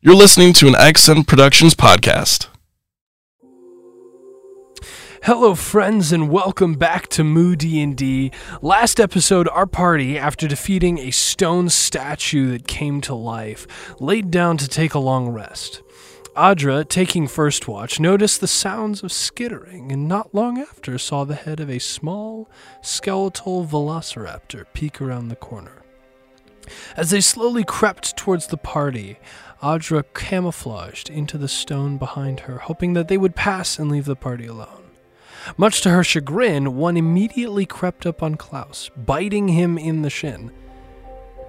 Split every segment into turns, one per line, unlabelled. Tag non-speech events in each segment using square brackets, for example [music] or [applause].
You're listening to an XM Productions podcast.
Hello, friends, and welcome back to Moo D&D. Last episode, our party, after defeating a stone statue that came to life, laid down to take a long rest. Adra, taking first watch, noticed the sounds of skittering, and not long after saw the head of a small, skeletal velociraptor peek around the corner. As they slowly crept towards the party, Adra camouflaged into the stone behind her, hoping that they would pass and leave the party alone. Much to her chagrin, one immediately crept up on Klaus, biting him in the shin.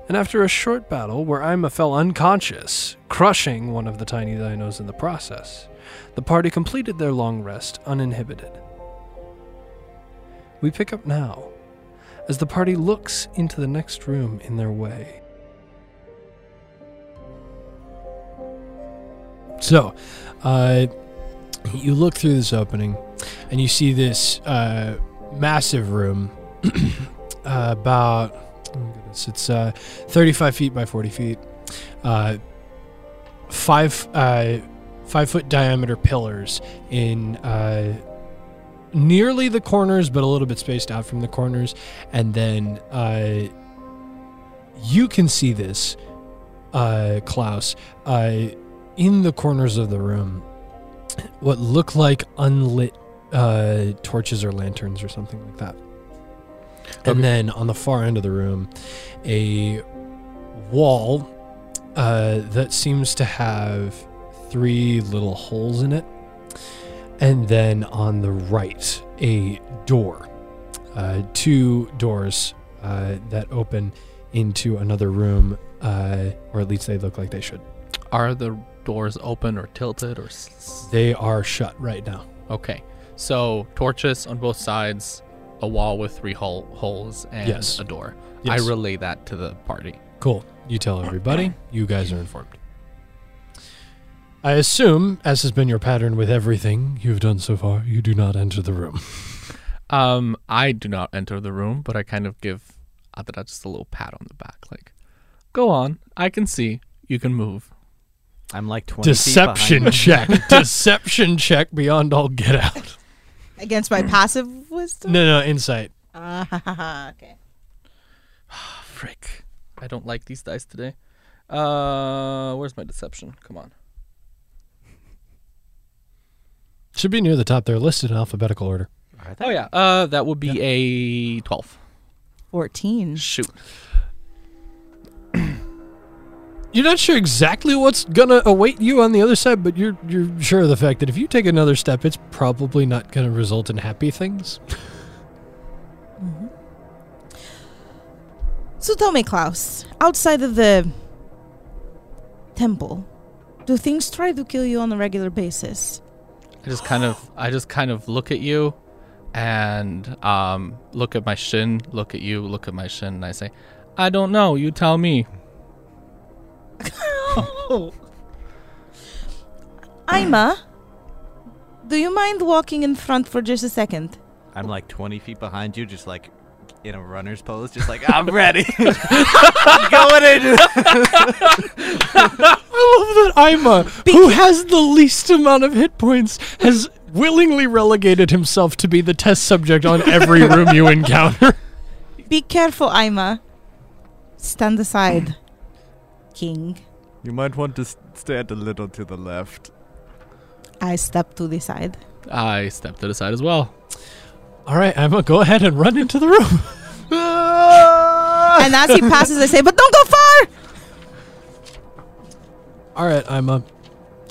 And after a short battle where Ima fell unconscious, crushing one of the tiny dinos in the process, the party completed their long rest uninhibited. We pick up now as the party looks into the next room in their way.
So, uh, you look through this opening, and you see this uh, massive room, [clears throat] uh, about oh my goodness, it's uh, 35 feet by 40 feet, uh, five uh, five foot diameter pillars in uh, nearly the corners, but a little bit spaced out from the corners, and then uh, you can see this, uh, Klaus. Uh, in the corners of the room what look like unlit uh, torches or lanterns or something like that.
Okay.
And then on the far end of the room, a wall uh, that seems to have three little holes in it. And then on the right, a door. Uh, two doors uh, that open into another room, uh, or at least they look like they should.
Are the doors open or tilted or? S-
They are shut right now.
okay, so torches on both sides, a wall with three hole- holes, and
Yes.
a door.
Yes.
I relay that to the party.
Cool. You tell everybody. You guys are informed. I assume, as has been your pattern with everything you've done so far, you do not enter the room.
Um, I do not enter the room, but I kind of give Adra just a little pat on the back, like, "Go on, I can see, you can move."
I'm like 20 feet
Deception
behind.
check. [laughs] Deception check beyond all get out.
against my passive wisdom.
No, no, insight.
Ah, [laughs] okay.
Frick, I don't like these dice today. Uh, where's my deception? Come on.
Should be near the top. They're listed in alphabetical order.
Are they?
Oh yeah, uh, that would be a twelve.
Fourteen.
Shoot.
You're not sure exactly what's gonna await you on the other side, but you're you're sure of the fact that if you take another step, it's probably not gonna result in happy things.
So tell me, Klaus, outside of the temple, do things try to kill you on a regular [laughs] basis?
I just kind of I just kind of look at you and um look at my shin, look at you, look at my shin and I say, "I don't know, you tell me."
Ima, do you mind walking in front for just a second?
I'm like 20 feet behind you, just like in a runner's pose, just like, I'm [laughs] ready. Going in.
I love that Ima, who has the least amount of hit points, has willingly relegated himself to be the test subject on [laughs] every room you encounter.
Be careful, Ima. Stand aside, [clears throat] King.
[laughs] You might want to stand a little to the left.
I step to the side.
I step to the side as well.
All right, Ima, go ahead and run into the room.
And as he passes, I say, but don't go far!
All right, Ima,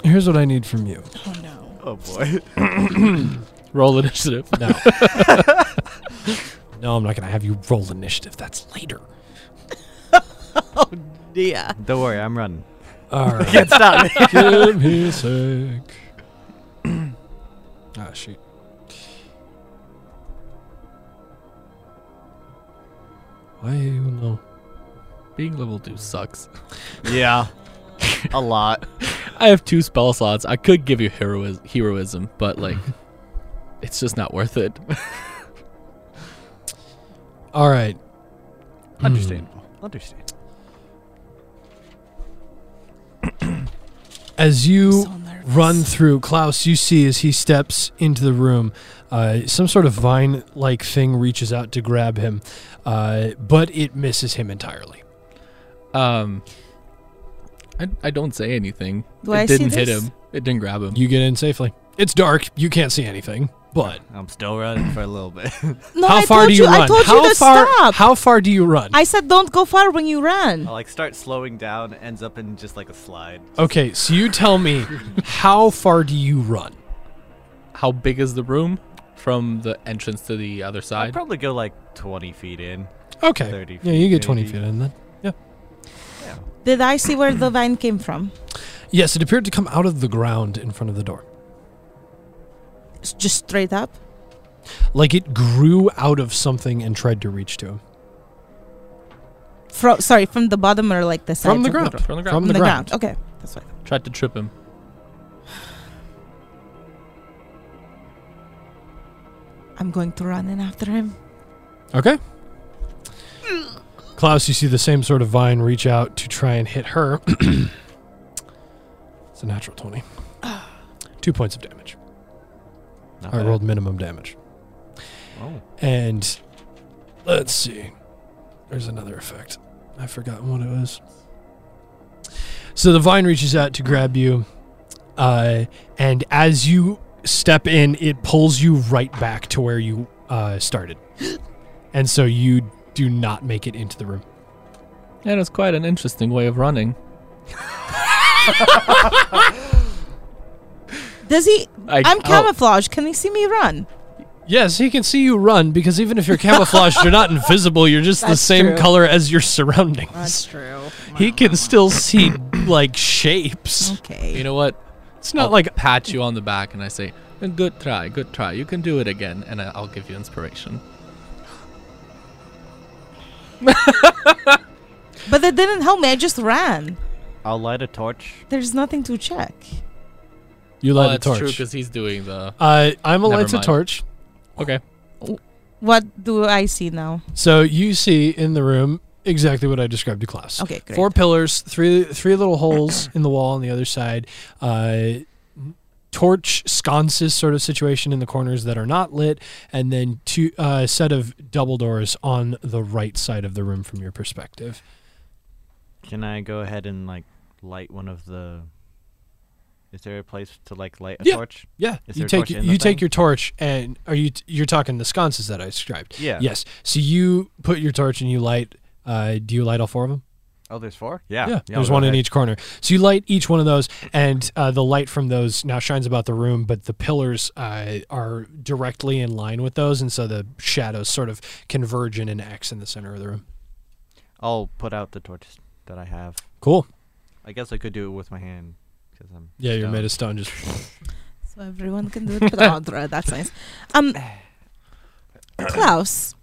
here's what I need from you.
Oh no.
Oh boy.
Roll initiative. [laughs]
No. [laughs] no, I'm not going to have you roll initiative. That's later.
Yeah.
Don't worry, I'm running.
[laughs] All right. Can't stop me. Give me a sec. ah, shoot. Why you know?
Being level 2 sucks.
[laughs] Yeah. a lot.
I have two spell slots. I could give you heroism, heroism but like it's just not worth it.
All right.
Hmm. Understandable. Understandable.
as you
so nervous.
run through, Klaus, you see as he steps into the room, uh, some sort of vine like thing reaches out to grab him, uh, but it misses him entirely.
Um, I, I don't say anything.
Do
it
I see
didn't hit
this?
him. It didn't grab him.
You get in safely. It's dark. You can't see anything, but.
I'm still running for a little bit.
No,
how
I
far
told
do you, run?
I told
how
you to
far?
stop.
How far do you run?
I said don't go far when you
[laughs] I
run.
like start slowing down, ends up in just like a slide.
okay, so you tell me, how far do you run?
How big is the room from the entrance to the other
I'd
side?
probably go like 20 feet in.
Okay,
30
yeah, you
feet,
get twenty
maybe.
feet in then.
Did I see where the vine came from?
Yes, it appeared to come out of the ground in front of the door,
S- Just straight up.
like it grew out of something and tried to reach to him
Fro- sorry, from the bottom or like the side.
from the
of
ground.
From the ground.
From the ground. Okay, that's right.
Tried to trip him.
I'm going to run in after him.
Okay. Klaus, you see the same sort of vine reach out to try and hit her. [clears throat] it's a natural 20. Two points of damage.
Not
I
bad.
rolled minimum damage.
Oh.
And let's see. There's another effect. I've forgotten what it was. So the vine reaches out to grab you. Uh, and as you step in, it pulls you right back to where you uh,
[gasps]
started. and so you do not make it into the room.
Yeah, that's quite an interesting way of running.
Does he?
I,
I'm
oh,
camouflage. Can he see me run?
Yes, he can see you run because even if you're camouflaged, you're not invisible. You're just the
That's
same
true.
color as your surroundings.
true.
he can still see like shapes.
You
Okay.
know what?
It's not
I'll
like
pat you on the back and I say, "Good try, good try. You can do it again," and I- I'll give you inspiration.
But that didn't help me. I just ran.
I'll light a torch.
There's nothing to check.
you
Oh,
light a
that's
torch.
true because he's doing the.
Uh, I'm a
Never
lights a
mind.
torch.
Okay.
What do I see now?
So you see in the room exactly what I described to class.
Okay, great.
Four pillars, three three little holes in the wall on the other side. Uh, torch sconces sort of situation in the corners that are not lit, and then two uh, set of double doors on the right side of the room from your perspective.
Can I go ahead and like light one of the. Is there a place to like light a
Yeah.
torch?
Yeah,
Is there
you
a
take
torch in the
you take
thing?
your torch and are you you're talking the sconces that I described.
Yeah.
Yes. So you put your torch and you light. Uh, do you light all four of them?
Oh, there's four? Yeah.
Yeah,
I'll
there's
go
one in
ahead.
each corner. So you light each one of those, and uh, the light from those now shines about the room, but the pillars uh, are directly in line with those, and so the shadows sort of converge in an X in the center of the room.
I'll put out the torches that I have.
Cool.
I guess I could do it with my hand. Cause I'm
Yeah, you're
stoned.
made of stone. Just [laughs]
So everyone can do it. But oh, dra- that's nice. Um, Klaus,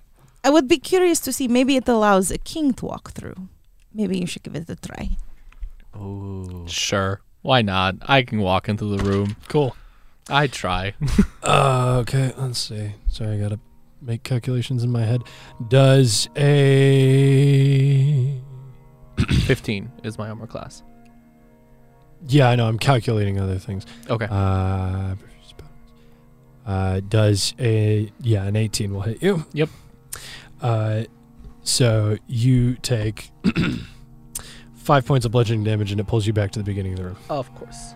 I would be curious to see. Maybe it allows a king to walk through. Maybe you should give it a try. [laughs]
Oh.
Ooh.
Sure. Why not? I can walk into the room.
cool.
I try. [laughs]
Uh, okay, let's see. Sorry, I gotta make calculations in my head. Does a
Fifteen is my armor class.
yeah, I know. I'm calculating other things.
Okay.
Uh, uh, does a yeah an 18 will hit you?
Yep.
Uh, so you take [coughs] five points of bludgeoning damage, and it pulls you back to the beginning of the room.
Of course.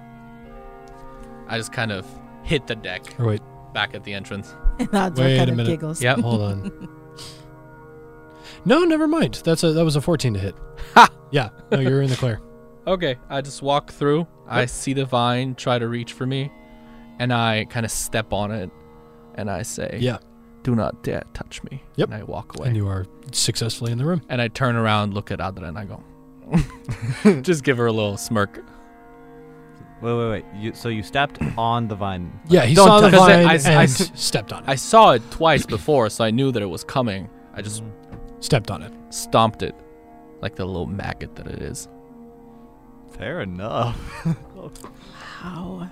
I just kind of hit the deck
Or wait,
back at the [laughs] entrance.
Adra
Wait a
kind of
minute.
giggles.
Yep.
hold on. No, never mind. That's a that was a 14 to hit.
Ha!
Yeah. No, you're in the
[laughs]
clear.
Okay, I just walk through. I see the vine try to reach for me, and I kind of step on it, and I say,
Yeah.
do not dare touch me."
Yep.
And I walk away.
And you are successfully in the room.
and I turn around, look at Adra, and I go,
[laughs]
"Just give her a little smirk."
Wait, wait, wait. You, so you stepped on the vine.
Yeah, he
Don't
saw the
touch- 'cause I-
vine and
I- I-
stepped on it.
I saw it twice before, so I knew that it was coming. I just
Mm,
stepped on it.
stomped it, like the little maggot that it is.
Fair enough.
Wow.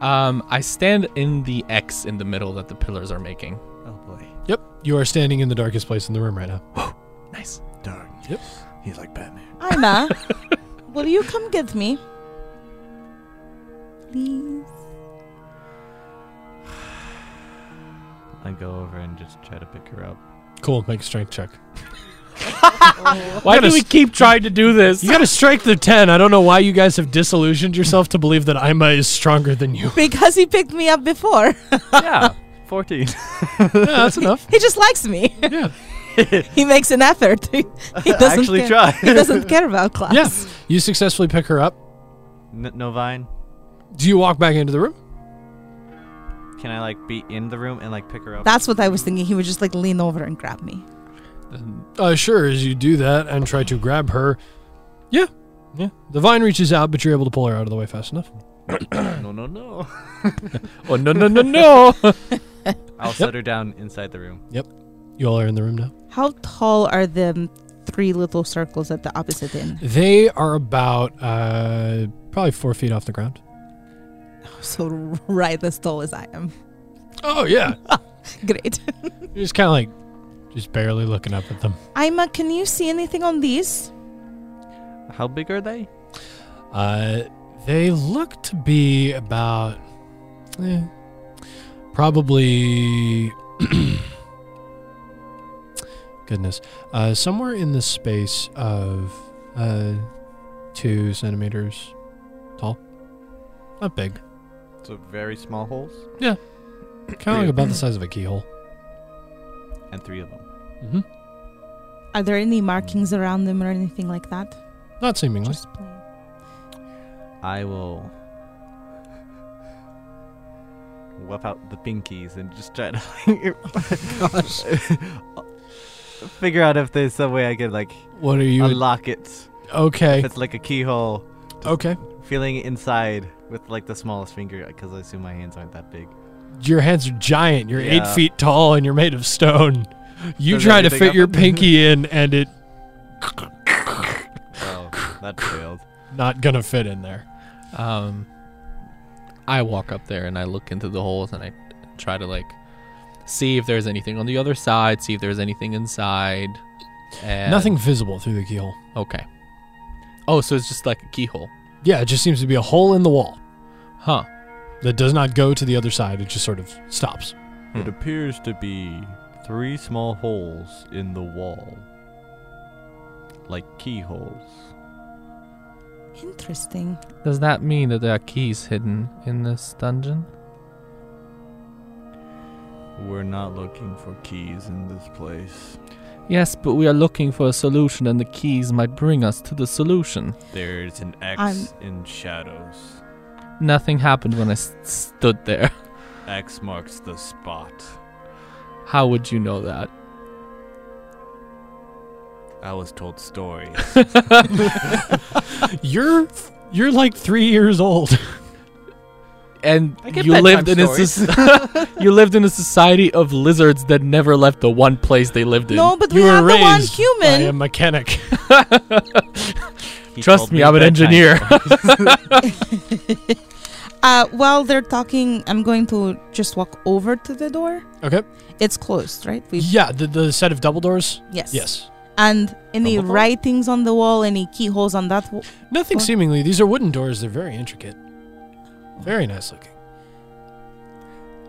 Um, I stand in the X in the middle that the pillars are making.
Oh boy.
Yep. You are standing in the darkest place in the room right now.
Nice.
Darn.
Yep. [laughs]
He's like Batman.
Ima, Will you come get me? Please.
I go over and just try to pick her up.
Cool. Make a strength check.
Why
gotta
do we
s-
keep trying to do this?
You got to strike the ten. I don't know why you guys have disillusioned yourself to believe that Ima is stronger than you. [laughs]
Because he picked me up before. [laughs]
yeah, fourteen.
yeah, that's enough.
He just likes me.
Yeah.
[laughs] He makes an effort. [laughs] He
[laughs] I
doesn't
actually
care.
try.
He doesn't
[laughs]
care about class.
Yeah. You successfully pick her up.
N- no vine.
Do you walk back into the room?
Can I like be in the room and like pick her
[coughs]
up?
That's what I was thinking. He would just like lean over and grab me.
Uh, sure. As you do that and try to grab her, yeah, yeah. The vine reaches out, but you're able to pull her out of the way fast enough.
no, no, no.
Oh no no
[laughs]
no no!
I'll set her down inside the room.
You all are in the room now.
How tall are the three little circles at the opposite end?
They are about uh, probably four feet off the ground.
[laughs] So right as tall as I am. [laughs]
Oh yeah,
Great.
[laughs] you're just kind of like just barely looking up at them.
Ima, can you see anything on these?
How big are they?
Uh, they look to be about eh, probably [clears throat] goodness uh, somewhere in the space of uh, two centimeters tall. Not big.
So very small holes,
Kind of like about the size of a keyhole.
and three of them.
Mm-hmm.
Are there any markings around them or anything like that?
Not seemingly.
Just plain.
I will whip out the pinkies and just try to [laughs] oh figure out if there's some way I could like
What are you?
unlock it.
okay.
If it's like a keyhole,
Okay.
feeling inside with like the smallest finger, because I assume my hands aren't that big.
Your hands are giant. You're eight
Yeah.
feet tall and you're made of stone. You
Does
try to
everything
fit your
happen?
pinky in and it
Oh, that failed.
not gonna fit in there.
Um, I walk up there and I look into the holes and I try to like see if there's anything on the other side, see if there's anything inside. And
Nothing visible through the keyhole.
Okay. Oh, so it's just like a keyhole,
Yeah, it just seems to be a hole in the wall
huh?
that does not go to the other side. It just sort of stops.
[laughs] It appears to be three small holes in the wall, like keyholes.
Interesting.
Does that mean that there are keys hidden in this dungeon?
We're not looking for keys in this place.
Yes, but we are looking for a solution, and the keys might bring us to the solution.
There's an X
I'm-
in shadows.
Nothing happened when I s- stood there. [laughs]
X marks the spot.
How would you know that?
I was told stories.
You're you're like three years old. [laughs]
And
I get
you
bedtime
lived in a
stories.
soc- [laughs] you lived in a society of lizards that never left the one place they lived in.
No, but
you
we
were
have the one
raised
human.
By a mechanic.
He
Trust
told
me, I'm an
bedtime
engineer.
stories.
[laughs] Uh, while they're talking, I'm going to just walk over to the door.
Okay.
It's closed, right? We
Yeah, the, the set of double doors.
yes.
Yes.
And any
Double door?
writings on the wall, any keyholes on that wall.
Nothing
Well-
seemingly. These are wooden doors. They're very intricate. Very nice looking.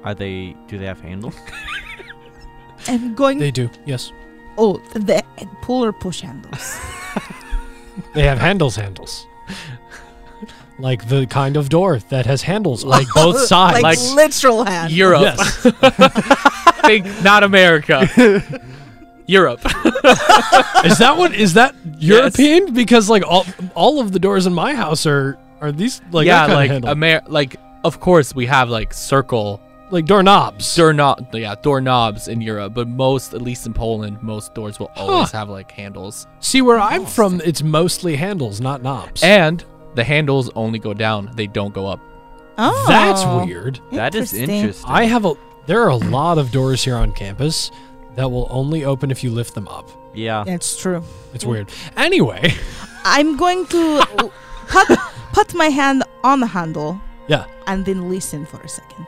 Are they? Do they have handles?
I'm going.
They do. Yes.
oh, the pull or push handles.
They have handles. Handles.
[laughs]
Like the kind of door that has handles, like both sides.
[laughs] like, literal hands.
Europe.
yes.
[laughs] Think not
[laughs]
America. Europe.
is that what is that European? Because like all all of the doors in my house are are these like um,
yeah,
that kind
like
of handle.
Amer like of course we have like circle
like doorknobs.
doorknob yeah, doorknobs in Europe, but most at least in Poland, most doors will always have like handles.
See where I'm from, it's mostly handles, not knobs.
And the handles only go down, they don't go up. [laughs]
Oh,
That's weird.
That is interesting.
I have a there are a lot of doors here on campus that will only open if you lift them up.
yeah.
That's true.
It's weird. Anyway, [laughs]
I'm going to put put my hand on the handle
yeah.
and then listen for a second.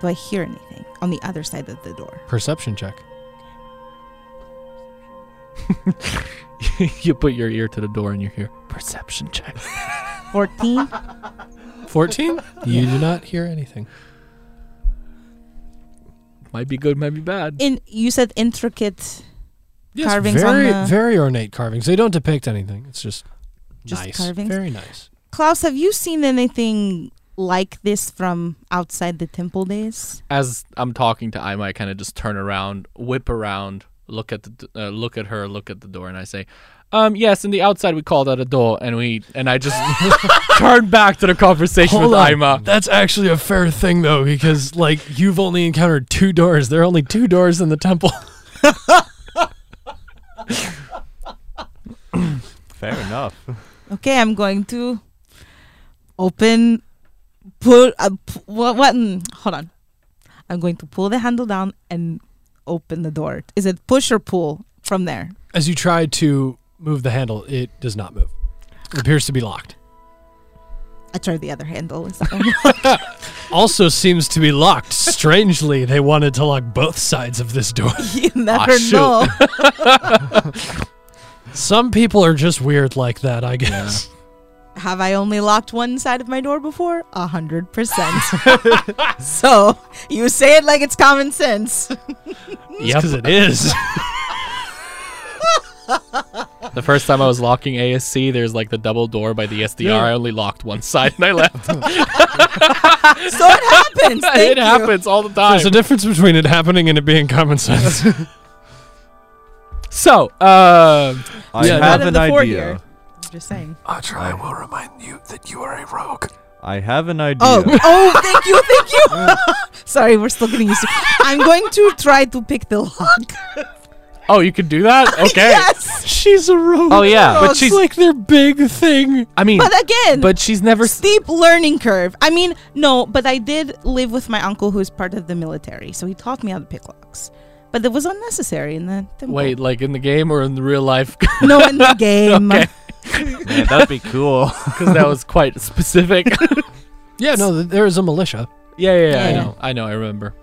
Do I hear anything on the other side of the door?
Perception check.
you put your ear to the door and you hear perception check.
14.
[laughs] 14? You do not hear anything.
Might be good, might be bad.
In you said intricate,
Yes,
Carvings on
very,
the-
very ornate carvings. They don't depict anything. It's just,
Just
nice.
carvings?
Very nice.
Klaus. Have you seen anything like this from outside the temple days?
As I'm talking to Ima, I kind of just turn around, whip around, look at the d- uh, look at her, look at the door, and I say, "Um, yes." In the outside, we called out a door, and we and I just [laughs] turn back to the conversation
Hold
with
on.
Ima.
That's actually a fair thing, though, because, like, you've only encountered two doors. There are only two doors in the temple. [laughs]
Fair enough.
Okay, I'm going to open. Pull. Uh, p- what? What? mm, Hold on. I'm going to pull the handle down and open the door. Is it push or pull from there?
As you try to move the handle, it does not move. It appears to be locked.
I tried the other handle. It's [laughs]
Also seems to be
[laughs]
locked. Strangely, they wanted to lock both sides of this door. [laughs]
you never
shoot.
know.
Some people are just weird like that, I [laughs] guess.
Have I only locked one side of my door before? A hundred percent. [laughs] So you say it like it's common sense.
Yep.
Because it
[laughs]
is.
The first time I was locking ASC, there's like the double door by the SDR. I only locked one side and
[laughs]
I left.
So it happens. Thank
[laughs] it
you.
happens all the time.
There's a difference between it happening and it being common sense.
[laughs] so, um
I
Yeah,
have
Out of
an
the four
idea.
here. I'm just saying.
Atra, I will remind you that you are a rogue.
I have an idea.
Oh, [laughs] oh, thank you, thank
[laughs]
you. [laughs] Sorry, we're still getting used to. I'm going to try to pick the lock.
oh, you can do that? [laughs]
[laughs]
Okay.
yes,
she's a rogue.
Oh yeah,
Oh,
but she's
It's like their big thing.
I mean,
but again,
but she's never s-
steep learning curve. I mean, no, but I did live with my uncle who is part of the military, so he taught me how to pick locks. But it was unnecessary in the temple.
wait like in the game or in the real life [laughs]
no, in the game.
Okay.
Man, that'd be cool.
because that was quite [laughs] specific.
Yeah, no, th- there is a militia.
yeah, yeah, yeah, I
Yeah.
know, I know, I remember.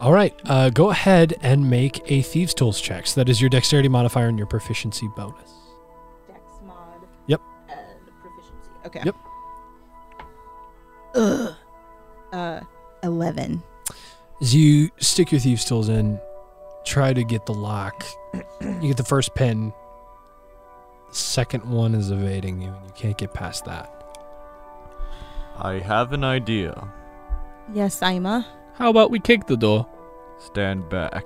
All right, uh, go ahead and make a thieves' tools check. So that is your dexterity modifier and your proficiency bonus.
Dex mod.
Yep.
And proficiency. Okay.
Yep.
Ugh. Uh, eleven.
As you stick your thieves' tools in, try to get the lock. You get the first pin. The second one is evading you, and you can't get past that.
I have an idea.
Yes, Ima.
How about we kick the door?
Stand back.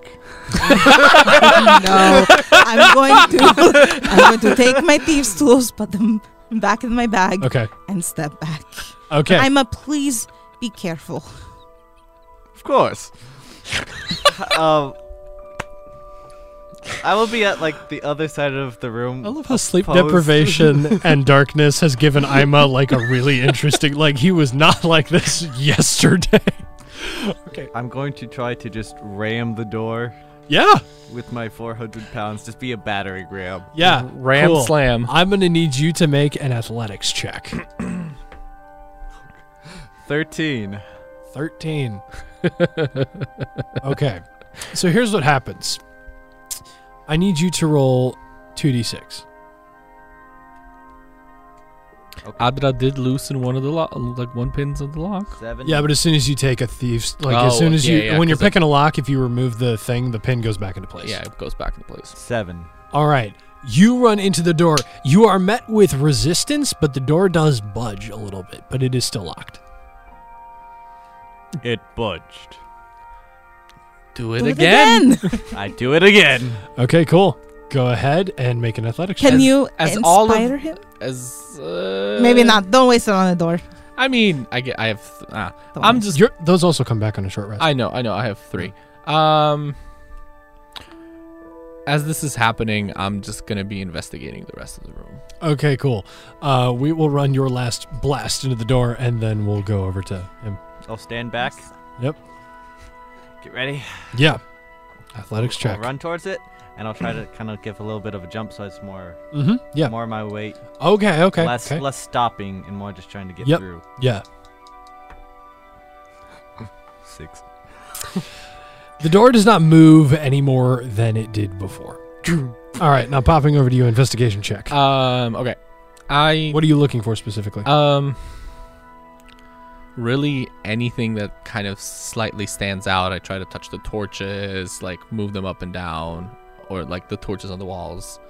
no, I'm going to.
[laughs]
I'm going to take my thieves' tools, put them back in my bag,
Okay.
and step back.
Okay.
Ima, please be careful.
Of course. um, I will be at like the other side of the room.
I love how sleep [laughs]
Opposed.
deprivation and darkness has given Ima like a really interesting. Like he was not [laughs] like this yesterday.
I'm going to try to just ram the door
Yeah,
with my 400 pounds. Just be a battering ram.
yeah.
Ah, Ram
cool.
slam.
I'm gonna need you to make an athletics check.
13.
Thirteen. okay, so here's what happens. I need you to roll two d six.
Adra did loosen one of the lock, like one pins of the lock.
Seven.
Yeah, but as soon as you take a thief's, like as
Oh,
soon as
yeah,
you
yeah,
when you're
'cause I-
picking a lock, if you remove the thing, the pin goes back into place.
Yeah, it goes back in place.
Seven.
All right. You run into the door. You are met with resistance, but the door does budge a little bit, but it is still locked.
It budged.
Do it,
Do it
again.
again.
I do it again.
Okay, cool. Go ahead and make an athletics
Can
check.
As-
you
as
inspire
all of-
him?
As uh,
Maybe not. Don't waste it on the door.
I mean, I get. I have. Th- ah,
Don't
I'm
worry.
just.
Your, those also come back on a short rest.
I know. I know. I have three. Um. As this is happening, I'm just gonna be investigating the rest of the room.
okay, cool. Uh, we will run your last blast into the door, and then we'll go over to him.
I'll stand back.
Yep.
Get ready.
Yeah. Athletics check.
I'll run towards it, and I'll try to kind of give a little bit of a jump so it's more,
Mm-hmm. Yeah.
more my weight,
Okay. Okay.
less,
okay.
less stopping, and more just trying to get
Yep.
through.
Yeah.
Six.
The door does not move any more than it did before. All right, now popping over to you, investigation check.
Um. Okay. I
what are you looking for specifically?
um. Really, anything that kind of slightly stands out. I try to touch the torches, like move them up and down, or like the torches on the walls.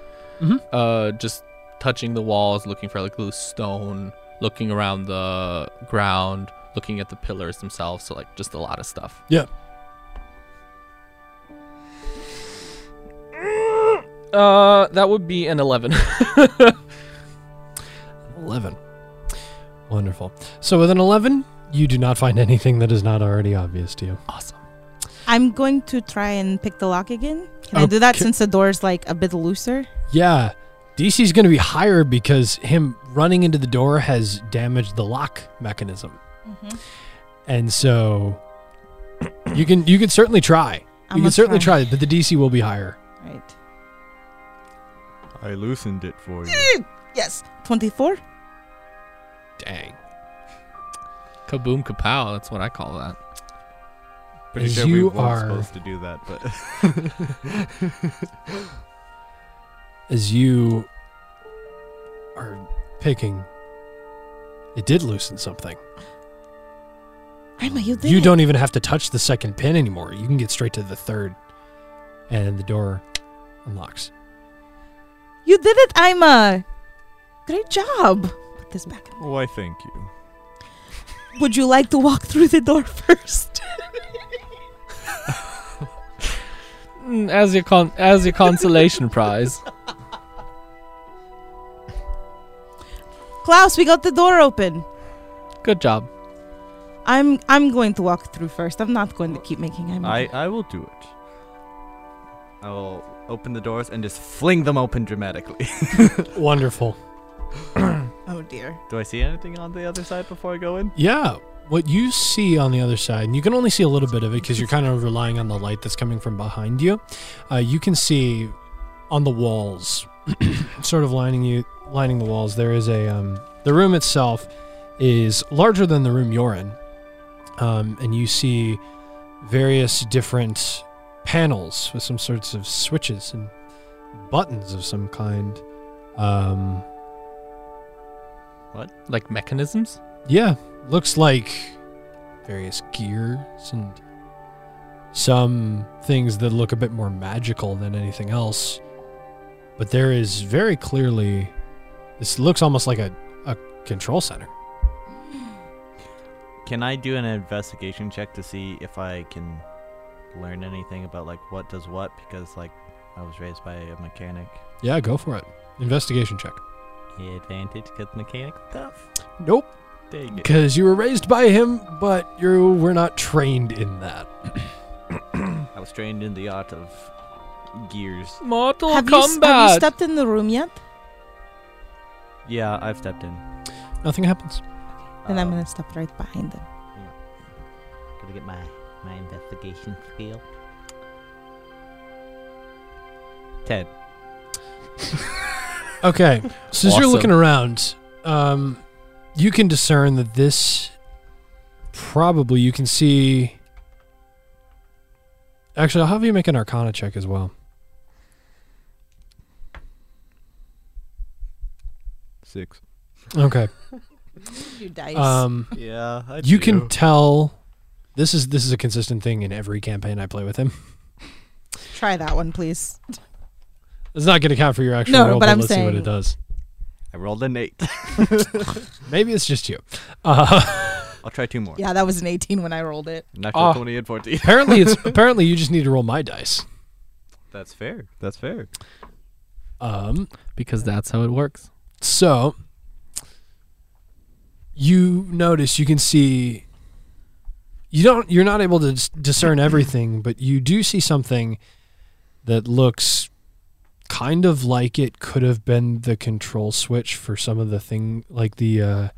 Mhm.
Uh, just touching the walls, looking for like loose stone, looking around the ground, looking at the pillars themselves. So like, just a lot of stuff.
Yeah.
Uh, that would be an eleven.
11. Wonderful. So with an 11, you do not find anything that is not already obvious to you.
awesome.
I'm going to try and pick the lock again. Can I do that
Okay.
since the door is like a bit looser?
Yeah. DC's going to be higher because him running into the door has damaged the lock mechanism. Mm-hmm. And so you can you can certainly try.
I'm
you
gonna
can certainly try. it, but the DC will be higher.
Right.
I loosened it for you.
Yes. 24?
Dang.
Kaboom kapow. That's what I call that.
Pretty
As
sure we
you
weren't
are-
supposed to do that, but
[laughs] As you are picking it did loosen something.
Emma, you did
You
it.
don't even have to touch the second pin anymore. You can get straight to the third and the door unlocks.
You did it, Ima. Great job. Put this back.
why? Oh, Thank you.
Would you like to walk through the door [laughs] first?
Mm, As your con- as your [laughs] consolation prize.
Klaus, we got the door open.
Good job.
I'm I'm going to walk through first. I'm not going to keep making Ima.
I, I will do it. I will open the doors and just fling them open dramatically.
Wonderful.
oh dear.
do I see anything on the other side before I go in?
Yeah. What you see on the other side, and you can only see a little bit of it because you're kind of relying on the light that's coming from behind you. Uh, you can see on the walls, [clears throat] sort of lining you, lining the walls. There is a um, the room itself is larger than the room you're in, um, and you see various different panels with some sorts of switches and buttons of some kind. Um,
Like mechanisms?
Yeah, looks like various gears and some things that look a bit more magical than anything else. But there is very clearly this looks almost like a, a control center.
Can I do an investigation check to see if I can learn anything about like what does what? Because like I was raised by a mechanic.
Yeah, go for it. Investigation check.
Advantage because mechanic stuff.
Nope,
Dang it.
because you were raised by him, but you were not trained in that.
I was trained in the art of gears.
Mortal
Have you, s-
Kombat.
have you stepped in the room yet?
Yeah, I've stepped in.
Nothing happens.
Then I'm
Um,
gonna step right behind them.
Gotta get my my investigation skill. Ten.
Okay. Since you're
Awesome.
looking around, um, you can discern that this probably you can see. Actually, I'll have you make an Arcana check as well.
Six.
Okay.
You dice.
Um,
Yeah, I
you can tell. This is this is a consistent thing in every campaign I play with him.
Try that one, please.
It's not going to count for your actual
No,
roll,
but I'm
let's see what
saying-
it does.
I rolled an eight.
Maybe it's just you. Uh, [laughs]
I'll try two more.
Yeah, that was an 18 when I rolled it.
Natural
Ah.
twenty and fourteen. [laughs]
apparently, it's apparently you just need to roll my dice.
That's fair. That's fair.
Um,
because that's how it works.
So you notice you can see you don't you're not able to dis- discern everything, but you do see something that looks kind of like it could have been the control switch for some of the thing like the uh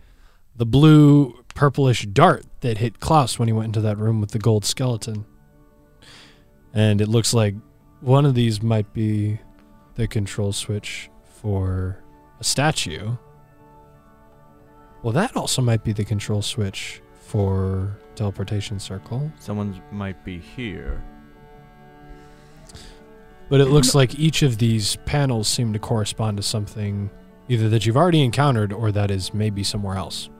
the blue purplish dart that hit Klaus when he went into that room with the gold skeleton. And it looks like one of these might be the control switch for a statue. Well, that also might be the control switch for teleportation circle.
Someone might be here.
But it looks like each of these panels seem to correspond to something either that you've already encountered or that is maybe somewhere else.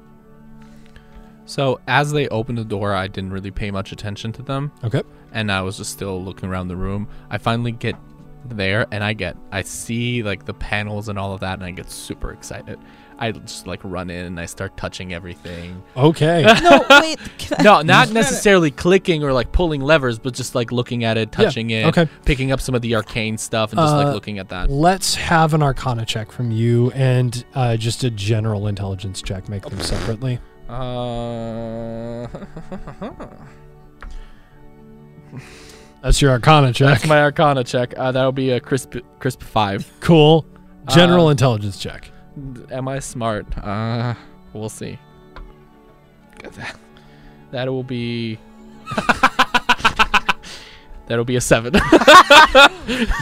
So as they opened the door, I didn't really pay much attention to them,
Okay.
and I was just still looking around the room. I finally get there, and I get I see like the panels and all of that, and I get super excited. I just like run in and I start touching everything.
Okay.
[laughs]
[laughs]
No, wait. Can
[laughs]
I,
No, not necessarily clicking or like pulling levers, but just like looking at it, touching it,
okay.
picking up some of the arcane stuff, and just
Uh,
like looking at [laughs] that.
Let's have an Arcana check from you and uh, just a general intelligence check. Make them separately.
Uh,
That's your Arcana check.
that's my Arcana check. Uh, that'll be a crisp, crisp five. [laughs]
cool. General
Uh,
intelligence check.
Am I smart? Uh, we'll see. That- That will [laughs] be. That'll be a seven.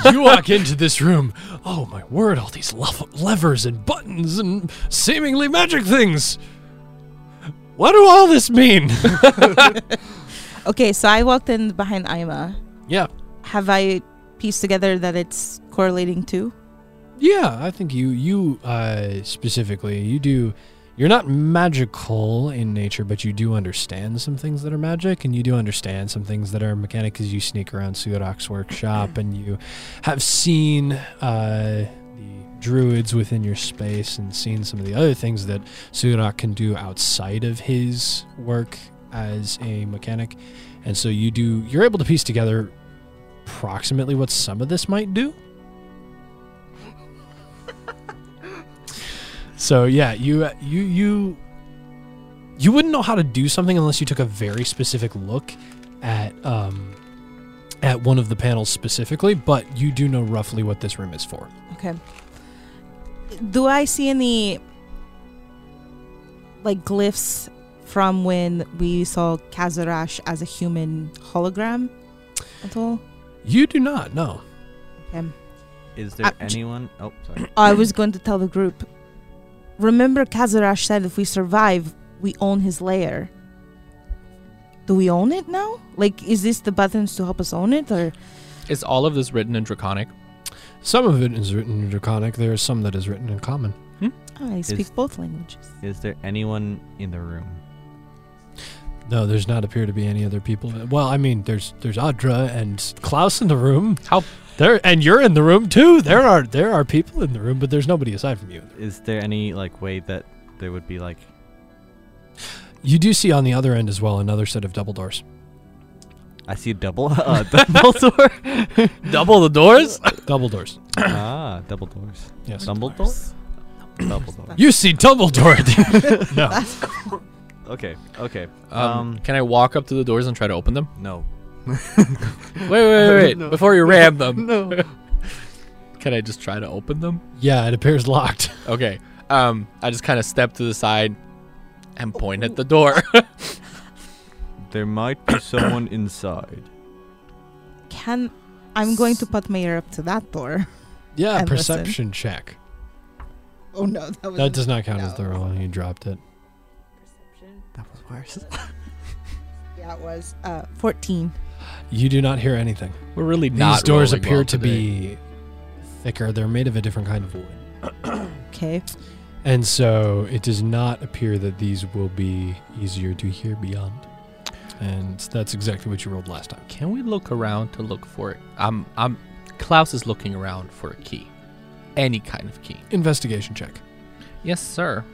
you walk into this room. Oh my word! All these lev- levers and buttons and seemingly magic things. What do all this mean?
Okay, so I walked in behind Ima.
yeah.
Have I pieced together that it's correlating to?
Yeah, I think you you uh, specifically you do. You're not magical in nature, but you do understand some things that are magic, and you do understand some things that are mechanic. Because you sneak around Suodoc's workshop, and you have seen uh, the druids within your space, and seen some of the other things that Suodok can do outside of his work as a mechanic. And so you do. You're able to piece together approximately what some of this might do. So yeah, you uh, you you you wouldn't know how to do something unless you took a very specific look at um at one of the panels specifically, but you do know roughly what this room is for.
Okay. Do I see any like glyphs from when we saw Kazarash as a human hologram at all?
You do not know.
Is there
Uh, j-
anyone? Oh, sorry. [clears throat]
I was going to tell the group. Remember, Kazarash said if we survive, we own his lair. Do we own it now? Like, is this the buttons to help us own it, or
Is all of this written in Draconic?
Some of it is written in Draconic. There is some that is written in Common.
oh, I speak both languages?
Is there anyone in the room?
No, there's not appear to be any other people. Well, I mean, there's there's Adra and Klaus in the room.
How-
there and you're in the room too. There are there are people in the room, but there's nobody aside from you.
Is there any like way that there would be like?
You do see on the other end as well another set of double doors.
I see double [laughs] uh, double door.
Double the doors?
[laughs] Double doors.
ah, double doors.
Yes.
Double doors. Double doors.
You see Dumbledore.
[laughs]
no.
[coughs] Okay. Okay.
Um, can I walk up to the doors and try to open them?
no.
Wait, wait, wait, wait.
[laughs] No.
Before you ram them,
No.
[laughs] can I just try to open them?
Yeah, it appears locked.
Okay. Um, I just kind of step to the side and point at the door. [laughs]
There might [coughs] be someone inside.
Can I'm going to put my ear up to that door?
Yeah,
And listen.
perception check.
Oh no, that was
That does not count as the roll. You dropped it.
That was
[laughs]
worse.
yeah, it was uh, fourteen.
You do not hear anything.
We're really
These
not.
doors
rolling
appear
well
to
today.
be thicker. They're made of a different kind of wood.
Okay,
And so it does not appear that these will be easier to hear beyond. And that's exactly what you rolled last time.
Can we look around to look for it? I'm, I'm. Klaus is looking around for a key, any kind of key.
Investigation check.
Yes, sir.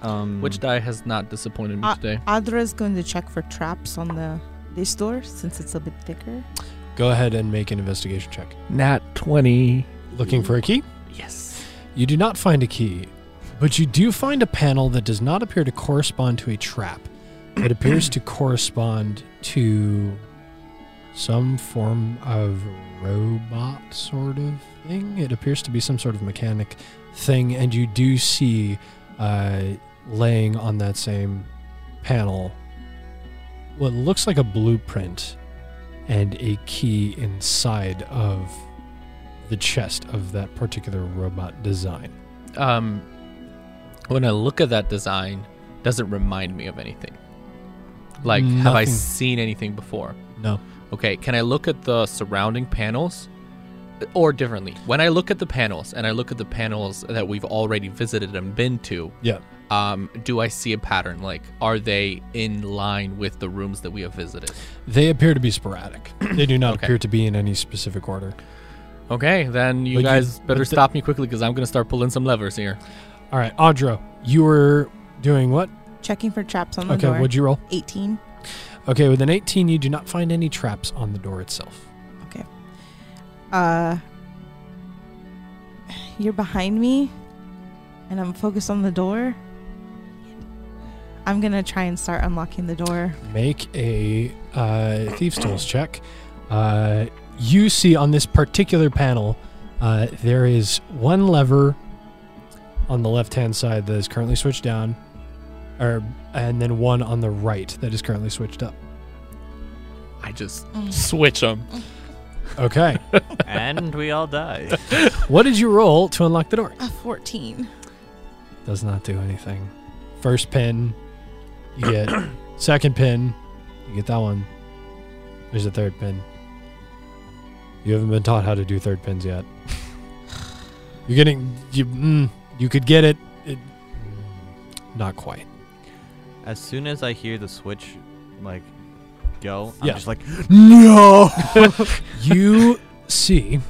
Um,
Which
[coughs]
die has not disappointed me
Uh,
today?
Adra is going to check for traps on the this door since it's a bit thicker.
Go ahead and make an investigation check.
Nat twenty.
Looking for a key?
Yes.
You do not find a key, but you do find a panel that does not appear to correspond to a trap. It appears to correspond to some form of robot sort of thing. It appears to be some sort of mechanic thing, and you do see uh, laying on that same panel what looks like a blueprint and a key inside of the chest of that particular robot design.
Um, when I look at that design, does it remind me of anything? Like, have I
Nothing.
seen anything before?
No.
Okay, can I look at the surrounding panels or differently, when I look at the panels and I look at the panels that we've already visited and been to,
Yeah.
um, do I see a pattern? Like, are they in line with the rooms that we have visited?
They appear to be [clears throat] sporadic. they do not
Okay.
appear to be in any specific order.
Okay, then you
But you-
guys
but
better
the-
stop me quickly because I'm gonna start pulling some levers here.
All right, Audra, you were doing what?
Checking for traps on the
Okay,
door.
what'd you roll?
18.
Okay, with an 18, you do not find any traps on the door itself.
Uh, you're behind me, and I'm focused on the door. I'm gonna try and start unlocking the door.
Make a uh, thieves' tools check. Uh, you see on this particular panel, uh, there is one lever on the left-hand side that is currently switched down, or and then one on the right that is currently switched up.
I just
Mm.
switch them.
[laughs] Okay,
and we all die.
what did you roll to unlock the door?
A 14.
Does not do anything. First pin, you get. Second pin, you get that one. There's a third pin. You haven't been taught how to do third pins yet. [laughs] You're getting you. Mm, you could get it. it mm, not quite.
[laughs] As soon as I hear the switch, like, go, I'm
Yeah.
just like,
No. [laughs] you see,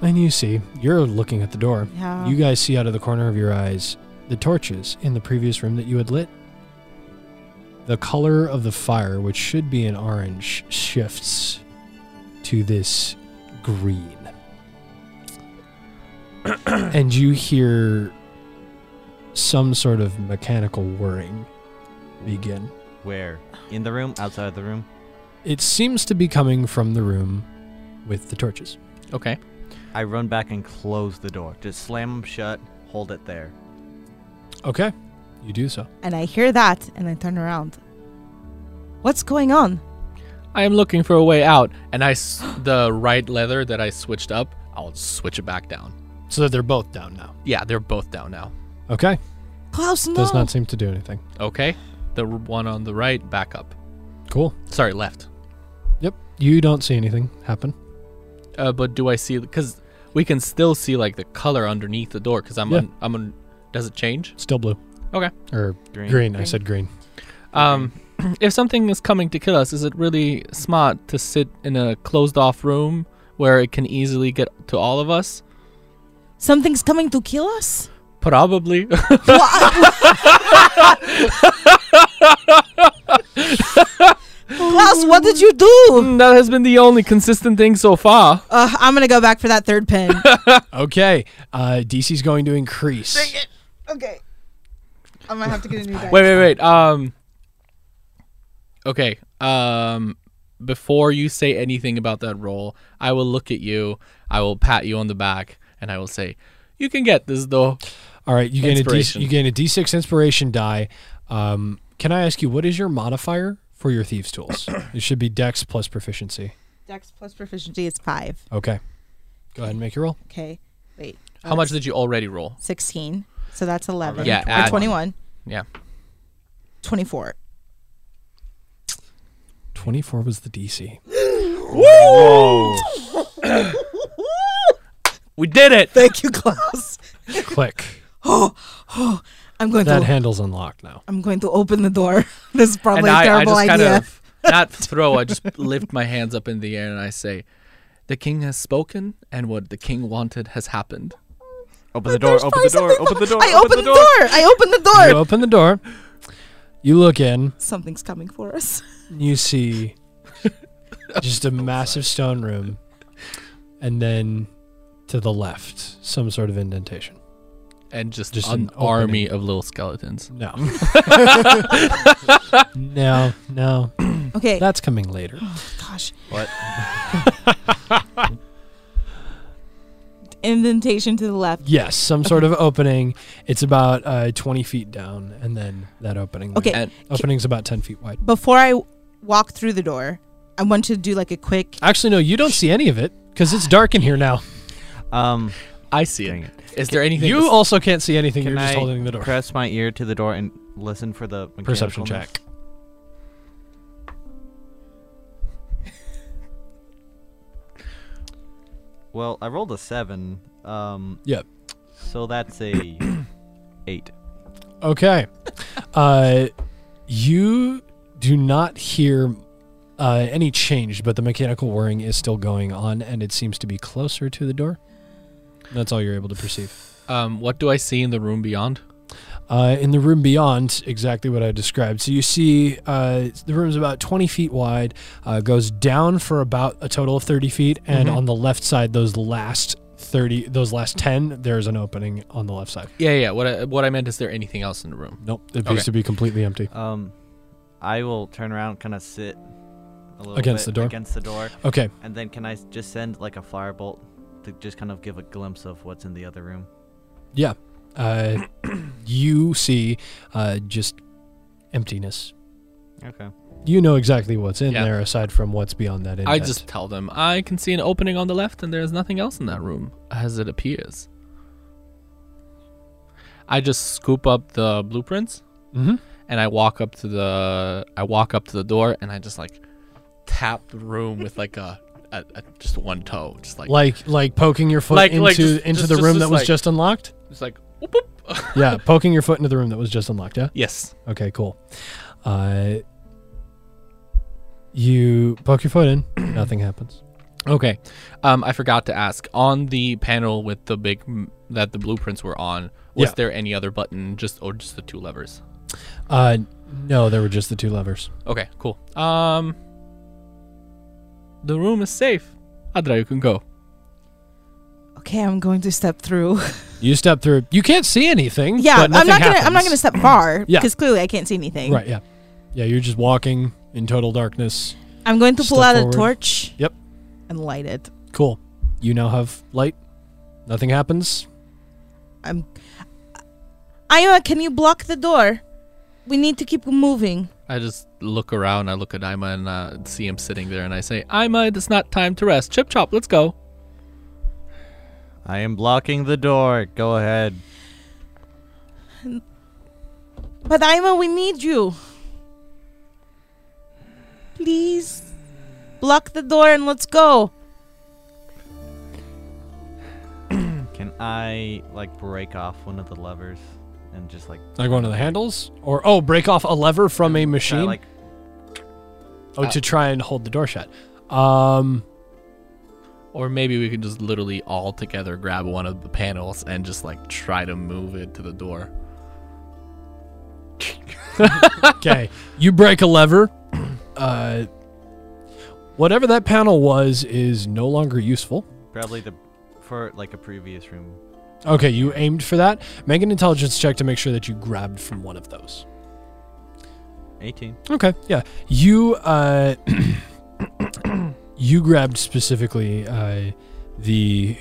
and you see. You're looking at the door.
Yeah.
You guys see out of the corner of your eyes the torches in the previous room that you had lit. The color of the fire, which should be an orange, shifts to this green. and you hear some sort of mechanical whirring begin.
where? In the room? Outside of the room?
It seems to be coming from the room with the torches.
Okay.
I run back and close the door. Just slam 'em shut, hold it there.
Okay. You do so.
and I hear that, and I turn around. What's going on?
I am looking for a way out, and I s- [gasps] the right leather that I switched up, I'll switch it back down.
So that they're both down now.
Yeah, they're both down now.
Okay.
Klaus, no.
Does not seem to do anything.
Okay, the r- one on the right back up.
Cool.
Sorry, left.
Yep. You don't see anything happen.
Uh, but do I see? Because we can still see like the color underneath the door. Because I'm
Yeah.
on, I'm on. Does it change?
Still blue.
Okay.
Or
Green.
green. I said green.
Um, [clears throat] if something is coming to kill us, is it really smart to sit in a closed off room where it can easily get to all of us?
Something's coming to kill us?
Probably.
[gasps]
[laughs]
Klaus, what did you [laughs] do?
that has been the only consistent thing so far.
Uh, I'm gonna go back for that third [laughs] pin.
Okay. Uh, DC's going to increase.
okay. I'm gonna have to get a new dice.
Wait, wait, wait. Um. Okay. Um. Before you say anything about that role, I will look at you. I will pat you on the back, and I will say, "You can get this, though."
All right. You gain a D.
Inspiration.
You gain a D6 inspiration die. Um, can I ask you what is your modifier for your thieves tools? it should be Dex plus proficiency.
Dex plus proficiency is five.
Okay. Go ahead and make your roll.
Okay. Wait.
How much did you already roll?
16. So that's 11.
Yeah,
Or
add-
21.
Yeah.
24.
24 was the DC.
We did it.
Thank you, Klaus.
[laughs] Click.
I'm going
That
to
handle's unlocked now.
I'm going to open the door. [laughs] this is
and
probably a
I, I
terrible
just kind
idea.
of not throw. I just lift my hands up in the air and I say, "The king has spoken, and what the king wanted has happened."
Open the door,
There's
open
probably
the door,
something
open the door,
I open the door. I open the
You
door.
open the door. You look in.
Something's coming for us.
you see just a massive stone room and then to the left some sort of indentation
And just,
Just
an,
an
army of little
[laughs]
skeletons.
no no no
Okay.
that's coming later
Gosh.
What?
[laughs] Indentation to the left.
yes some sort of opening it's about uh, 20 feet down and then that opening
Okay.
And
opening's about 10 feet wide
Before I walk through the door, I want to do like a quick.
actually no you don't see any of it because it's dark in here now
Um,
I see
dang
it.
it.
Is there anything?
you also can't see anything
Can
you're just
I
holding the door
press my ear to the door and listen for the
perception
mechanicalness?
check
Well, I rolled a seven. Um.
Yep.
So that's a
[coughs]
eight.
Okay. uh, you do not hear uh, any change, but the mechanical whirring is still going on, and it seems to be closer to the door. That's all you're able to perceive.
Um, what do I see in the room beyond?
Uh, in the room beyond, exactly what I described. So you see uh, the room's about 20 feet wide, uh, goes down for about a total of 30 feet, and
Mhm.
on the left side, those last 30, those last 10, there's an opening on the left side.
Yeah, yeah. What I, what I meant is there anything else in the room?
Nope, it appears
Okay.
to be completely empty.
Um, I will turn around, kind of sit a little
Against
bit
the door?
Against the door,
Okay,
and then can I s- just send like a firebolt to just kind of give a glimpse of what's in the other room?
Yeah. Uh, you see uh, just emptiness.
Okay.
You know exactly what's in
Yeah.
there aside from what's beyond that.
I
indent.
just tell them I can see an opening on the left, and there's nothing else in that room as it appears. I just scoop up the blueprints
Mhm.
and I walk up to the I walk up to the door and I just like tap the room with like a, a, a just one toe, just like,
like like poking your foot
Like-
into
like just-
into
just-
the
just-
room
just
that was
like-
just unlocked.
just like whoop, whoop.
yeah, [laughs] poking your foot into the room that was just unlocked. Yeah.
yes.
Okay. Cool. Uh, you poke your foot in. [clears throat] nothing happens.
Okay. Um, I forgot to ask on the panel with the big m- that the blueprints were on. Was
Yeah.
there any other button? Just or just the two levers?
Uh, no, there were just the two levers.
Okay, cool. Um, the room is safe. Adra, you can go.
Okay, I'm going to step
[laughs]
through.
You step through. You can't see anything.
yeah,
but
I'm not
nothing
gonna. I'm not
happens.
gonna step far
[clears throat] Yeah.
because clearly I can't see anything.
Right. Yeah. Yeah. You're just walking in total darkness.
I'm going to pull
Step
out
forward.
a torch.
Yep.
And light it.
Cool. You now have light. Nothing happens.
I'm. Aima, can you block the door? We need to keep moving.
I just look around. I look at Ima and uh, see him sitting there, and I say, "Ima, it's not time to rest. Chip chop, let's go."
I am blocking the door. Go ahead.
But Aima, we need you. Please, block the door and let's go.
Can I like break off one of the levers and just like
Like one of the handles, or oh, break off a lever from a
try,
machine.
like
oh, to try and hold the door shut. Um,
Or maybe we could just literally all together grab one of the panels and just like try to move it to the door.
okay, [laughs] you break a lever. [clears throat] Uh, whatever that panel was is no longer useful.
probably the for like a previous room.
Okay, you aimed for that. Make an intelligence check to make sure that you grabbed from one of those.
Eighteen.
Okay, yeah. You uh, [clears throat] you grabbed specifically uh, the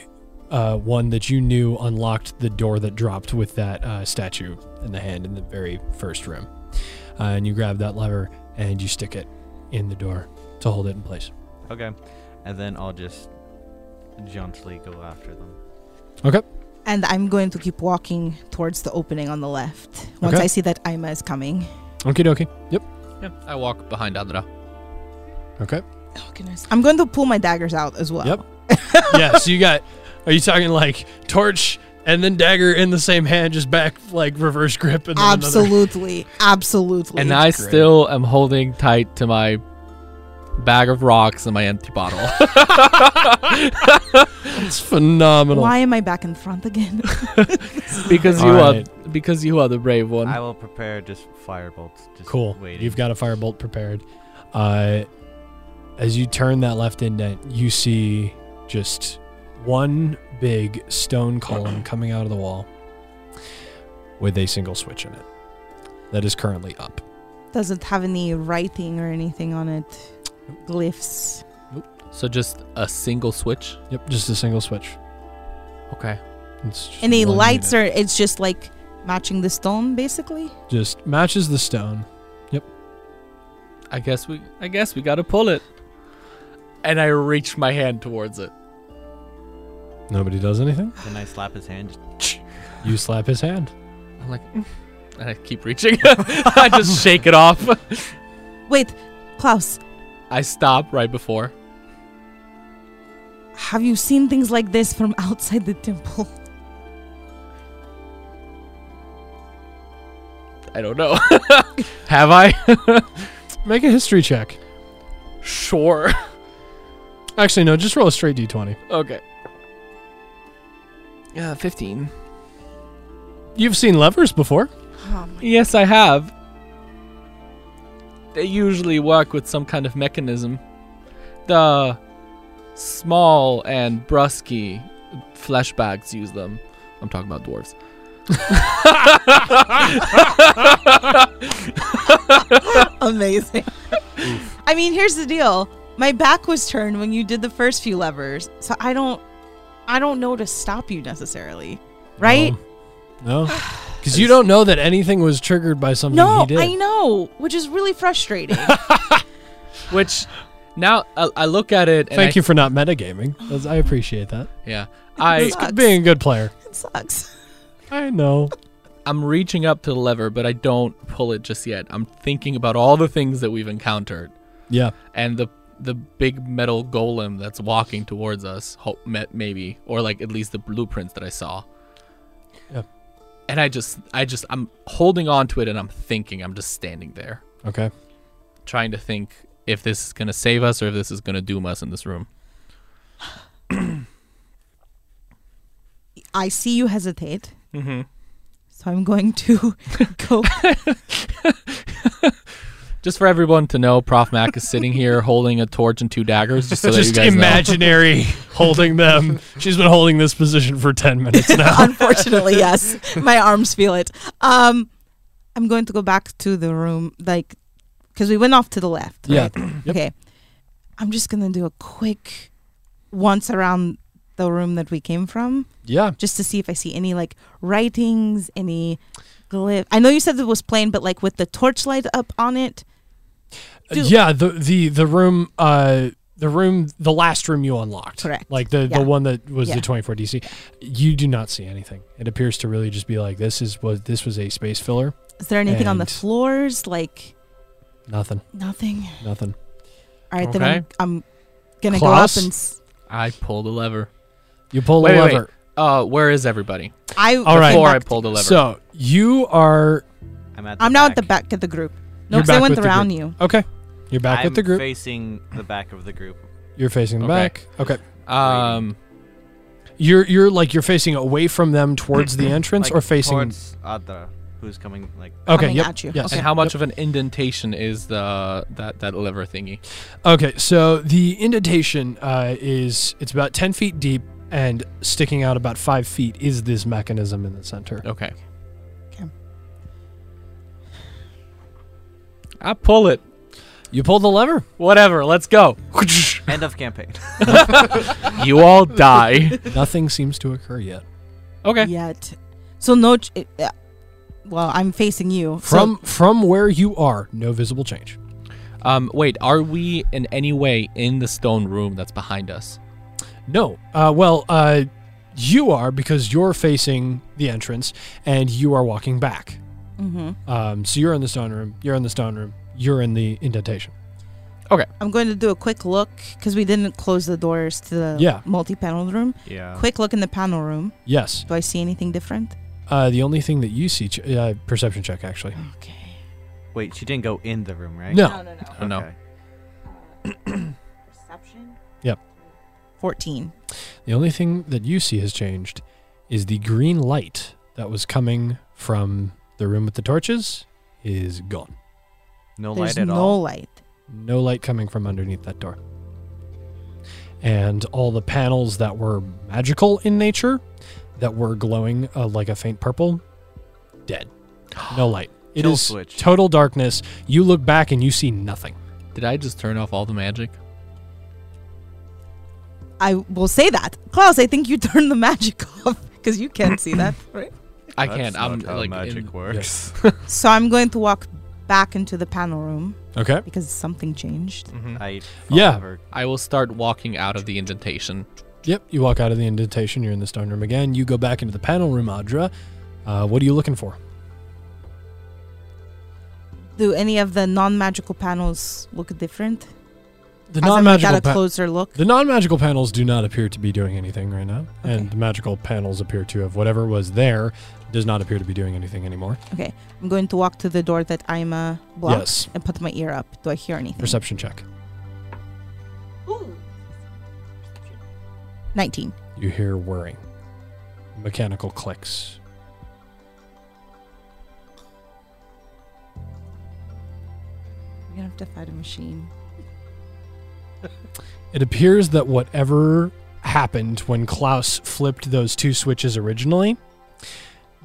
uh, one that you knew unlocked the door that dropped with that uh, statue in the hand in the very first room, uh, and you grab that lever and you stick it in the door to hold it in place.
Okay. And then I'll just jauntily go after them.
And I'm going to keep walking towards the opening on the left. Once
Okay.
I see that Aima is coming.
Okay, dokie. Yep.
Yeah, I walk behind Adra.
Okay.
Oh goodness. I'm going to pull my daggers out as well.
Yep. [laughs] yeah. So you got? Are you talking like torch and then dagger in the same hand, just back like reverse grip and then another? [laughs]
Absolutely. Absolutely.
And I
great.
still am holding tight to my bag of rocks and my empty bottle.
[laughs]
It's phenomenal.
Why am I back in front again? [laughs]
because you
All right.
are because you are the brave one.
I will prepare just firebolts. Just
Cool.
Waiting.
You've got a firebolt prepared. Uh, as you turn that left indent, you see just one big stone [clears throat] column coming out of the wall with a single switch in it that is currently up.
Does it have any writing or anything on it? Glyphs.
So just a single switch.
Yep, just a single switch.
Okay.
It's just
Any
one
lights
unit.
or it's just like matching the stone basically?
just matches the stone.
I guess we I guess we gotta pull it. And I reach my hand towards it.
Nobody does anything.
Can I slap his hand?
You slap his hand.
I'm like "Mm," and I keep reaching. [laughs] I just shake it off.
Wait, Klaus,
I stop right before.
Have you seen things like this from outside the temple?
I don't know. [laughs] Have I? [laughs]
Make a history check.
sure.
Actually, no, just roll a straight d20.
Okay. Yeah, 15.
You've seen levers before.
Oh,
Yes, I have. They usually work with some kind of mechanism. The small and brusky fleshbacks use them. I'm talking
[laughs]
about dwarves.
[laughs] Amazing. I mean, here's the deal. My back was turned when you did the first few levers, so I don't, I don't know to stop you necessarily, right?
No.
[sighs]
Because you don't know that anything was triggered by something he
No,
did.
I know, which is really [laughs] frustrating.
Which now I, I look at it. And
Thank you for not metagaming. That's- I appreciate that.
Yeah, I
It's good. Sucks.
Being a good player.
it sucks.
I know.
I'm reaching up to the lever, but I don't pull it just yet. I'm thinking about all the things that we've encountered
Yeah.
and the the big metal golem that's walking towards us. Hope met maybe or like at least the blueprints that I saw.
Yep.
And I just I just I'm holding on to it and I'm thinking. I'm just standing there
Okay.
trying to think if this is gonna save us or if this is gonna doom us in this room.
I see you hesitate,
Mm-hmm.
so I'm going to [laughs] go.
Just for everyone to know, Prof Mac is sitting here [laughs] holding a torch and two daggers. Just so
Just
that you guys know. [laughs]
imaginary holding them. She's been holding this position for 10
[laughs]
minutes now.
Unfortunately, yes, my arms feel it. Um, I'm going to go back to the room, like, because we went off to the left.
Yeah.
right? Okay. I'm just gonna do a quick once around the room that we came from,
yeah.
just to see if I see any like writings, any glyph. I know you said it was plain, but like with the torchlight up on it. Do-
yeah. The, the, the room, uh, the room, the last room you unlocked.
Correct.
Like the,
Yeah.
the one that was
Yeah.
the 24 DC. You do not see anything. It appears to really just be like, this is what, this was a space filler.
Is there anything on the
And-
floors? Like
Nothing.
nothing.
Nothing.
All right, then I'm,
Okay.
I'm gonna
Klaus?
go up and s-
I pull the lever.
You pull
Wait,
the
wait,
lever.
Uh, where is everybody?
I
All right.
Before
back
I pull the lever.
So you are
I'm at. The
I'm now at the back of the group. No,
You're
because I
back
went
with the
around
group.
you.
okay. You're back
I'm
with the group.
Facing the back of the group.
you're facing the
Okay.
back. Okay.
um,
You're you're like you're facing away from them towards the entrance
like,
or facing
towards Adra, who's coming like
Okay,
Coming
yep.
at you.
Yes.
and how much of an indentation is the that that lever thingy?
Okay, so the indentation uh, is it's about ten feet deep and sticking out about five feet is this mechanism in the center.
Okay.
Okay.
I pull it.
You pull the lever.
Whatever. Let's go.
end of
[laughs]
campaign.
you all die.
Nothing seems to occur yet.
Okay.
Yet, so no. Ch- it, uh, well, I'm facing you. so-
From from where you are, no visible change.
Um, wait. Are we in any way in the stone room that's behind us?
No. Uh, well, uh, you are because you're facing the entrance and you are walking back.
Mhm.
Um, so you're in the stone room. You're in the stone room. You're in the indentation.
I'm going to do a quick look because we didn't close the doors to the
Yeah.
multi-paneled room.
yeah.
Quick look in the panel room.
Yes.
Do I see anything different?
Uh, the only thing that you see, ch- uh, perception check actually.
Okay.
Wait, she didn't go in the room, right?
No.
no, no.
Oh, no.
Okay.
Perception.
Yep.
Fourteen.
The only thing that you see has changed is the green light that was coming from the room with the torches is gone.
No
There's
light at
no
all.
light.
No light coming from underneath that door. And all the panels that were magical in nature, that were glowing uh, like a faint purple, dead.
[gasps]
No light. It is
Kill switch.
total darkness. You look back and you see nothing.
Did I just turn off all the magic?
I will say that, Klaus. I think you [laughs] turned the magic off because you can't
[laughs]
see that, right?
I
That's
can't.
not
I'm
how
like [laughs]
magic
in-
works.
So I'm going to walk back into the panel room
Okay.
because something changed.
I
Yeah.
forever-
Mm-hmm. I will start walking out of the indentation.
Yep. You walk out of the indentation. You're in the stone room again. You go back into the panel room, Adra. Uh, what are you looking for?
Do any of the non magical panels look different?
the
As in, like, got
non-magical
a
pa-
closer look.
the non-magical panels do not appear to be doing anything right now,
Okay.
and the magical panels appear to have whatever was there does not appear to be doing anything anymore.
I'm going to walk to the door that I'm uh, blocked
Yes,
and put my ear up. Do I hear anything?
perception check.
Ooh. 19.
You hear whirring, mechanical clicks.
We're going to have to fight a machine.
It appears that whatever happened when Klaus flipped those two switches originally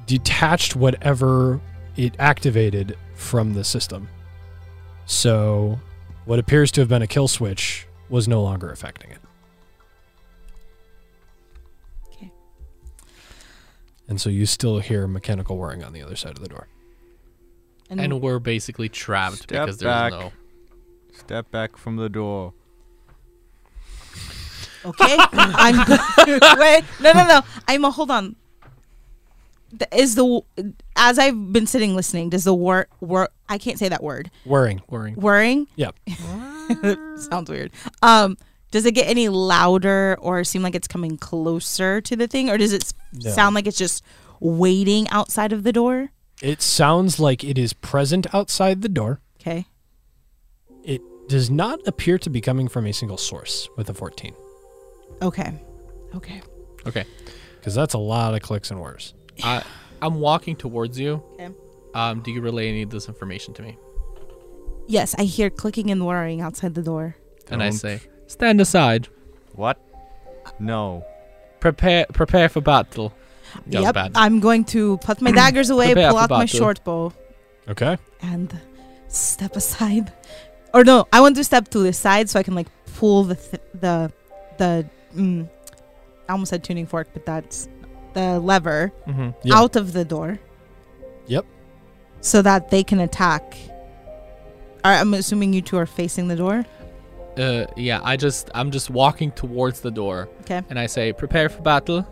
detached whatever it activated from the system. So, what appears to have been a kill switch was no longer affecting it.
Okay.
And so you still hear mechanical whirring on the other side of the door.
And,
and we're basically trapped
Step
because there's
back.
no.
Step back from the door.
okay, I'm go- [laughs] wait. No, no, no. I'm a hold on. The- Is the as I've been sitting listening? Does the war war? I can't say that word.
Whirring.
Worrying.
Whirring.
Yeah.
[laughs] Sounds weird. Um, does it get any louder or seem like it's coming closer to the thing, or does it s
No.
sound like it's just waiting outside of the door?
It sounds like it is present outside the door.
Okay.
It does not appear to be coming from a single source with a 14,
Okay. Okay.
Okay.
because that's a lot of clicks and whirs.
I, I'm walking towards you.
Okay.
Um, do you relay any of this information to me?
Yes, I hear clicking and whirring outside the door.
And I
Don't.
say, stand aside.
What? No.
Prepare, prepare for battle. That was
yep.
bad.
I'm going to put
[clears throat]
my daggers away,
Prepare
pull
for
out my
battle.
short bow.
Okay.
and step aside or no i want to step to the side so i can like pull the th- the the mm, i almost said tuning fork but that's the lever
hmm
Mm-hmm. Yeah.
out of the door
Yep.
so that they can attack All right, i'm assuming you two are facing the door
Uh, yeah, I just, I'm just walking towards the door,
okay
and I say, prepare for battle.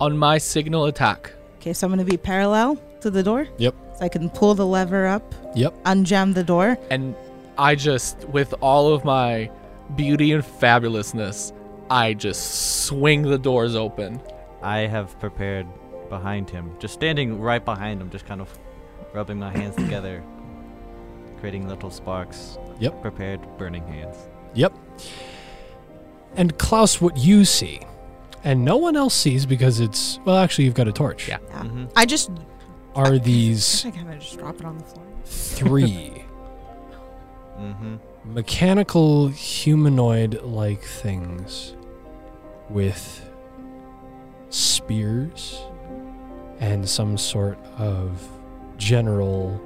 On my signal, attack.
okay so i'm gonna be parallel to the door
Yep.
so i can pull the lever up
Yep.
unjam the door
And I just, with all of my beauty and fabulousness, I just swing the doors open.
I have prepared behind him. Just standing right behind him, just kind of rubbing my hands together, creating little sparks.
Yep.
Prepared burning hands.
Yep. And Klaus, what you see, and no one else sees because it's, well, actually, you've got a torch,
Yeah.
yeah.
Mhm.
i just
are these
i kind of just drop it on the floor
three
Mm-hmm.
mechanical humanoid like things with spears and some sort of general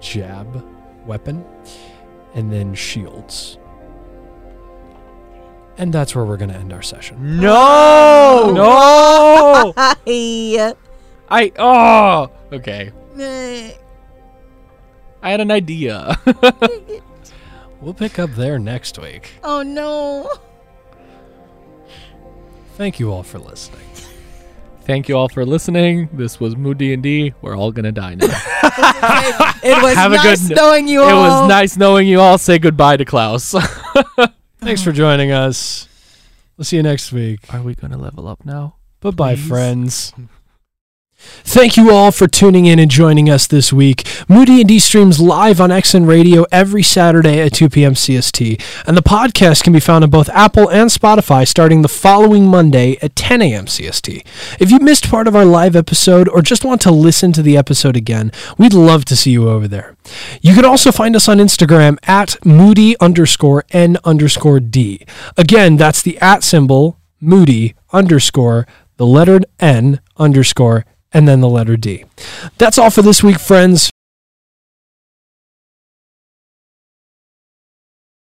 jab weapon and then shields. And that's where we're going to end our session.
No! No! [laughs] I, oh! Okay. I had an idea. [laughs]
We'll pick up there next week.
oh no [laughs]
Thank you all for listening.
Thank you all for listening. This was Mood D&D. We're all gonna die now. [laughs]
It was
Have a
nice
good-
knowing you
It
all.
was nice knowing you all. Say goodbye to Klaus. [laughs]
Thanks for joining us. We'll see you next week.
Are we gonna level up now?
Bye bye,
Please.
friends. Thank you all for tuning in and joining us this week. Moody and D streams live on XN Radio every Saturday at 2 p.m. CST, and the podcast can be found on both Apple and Spotify starting the following Monday at 10 a.m. CST. If you missed part of our live episode or just want to listen to the episode again, we'd love to see you over there. You can also find us on Instagram at Moody underscore N underscore D. Again, that's the at symbol Moody underscore the letter N underscore and then the letter D. That's all for this week, friends.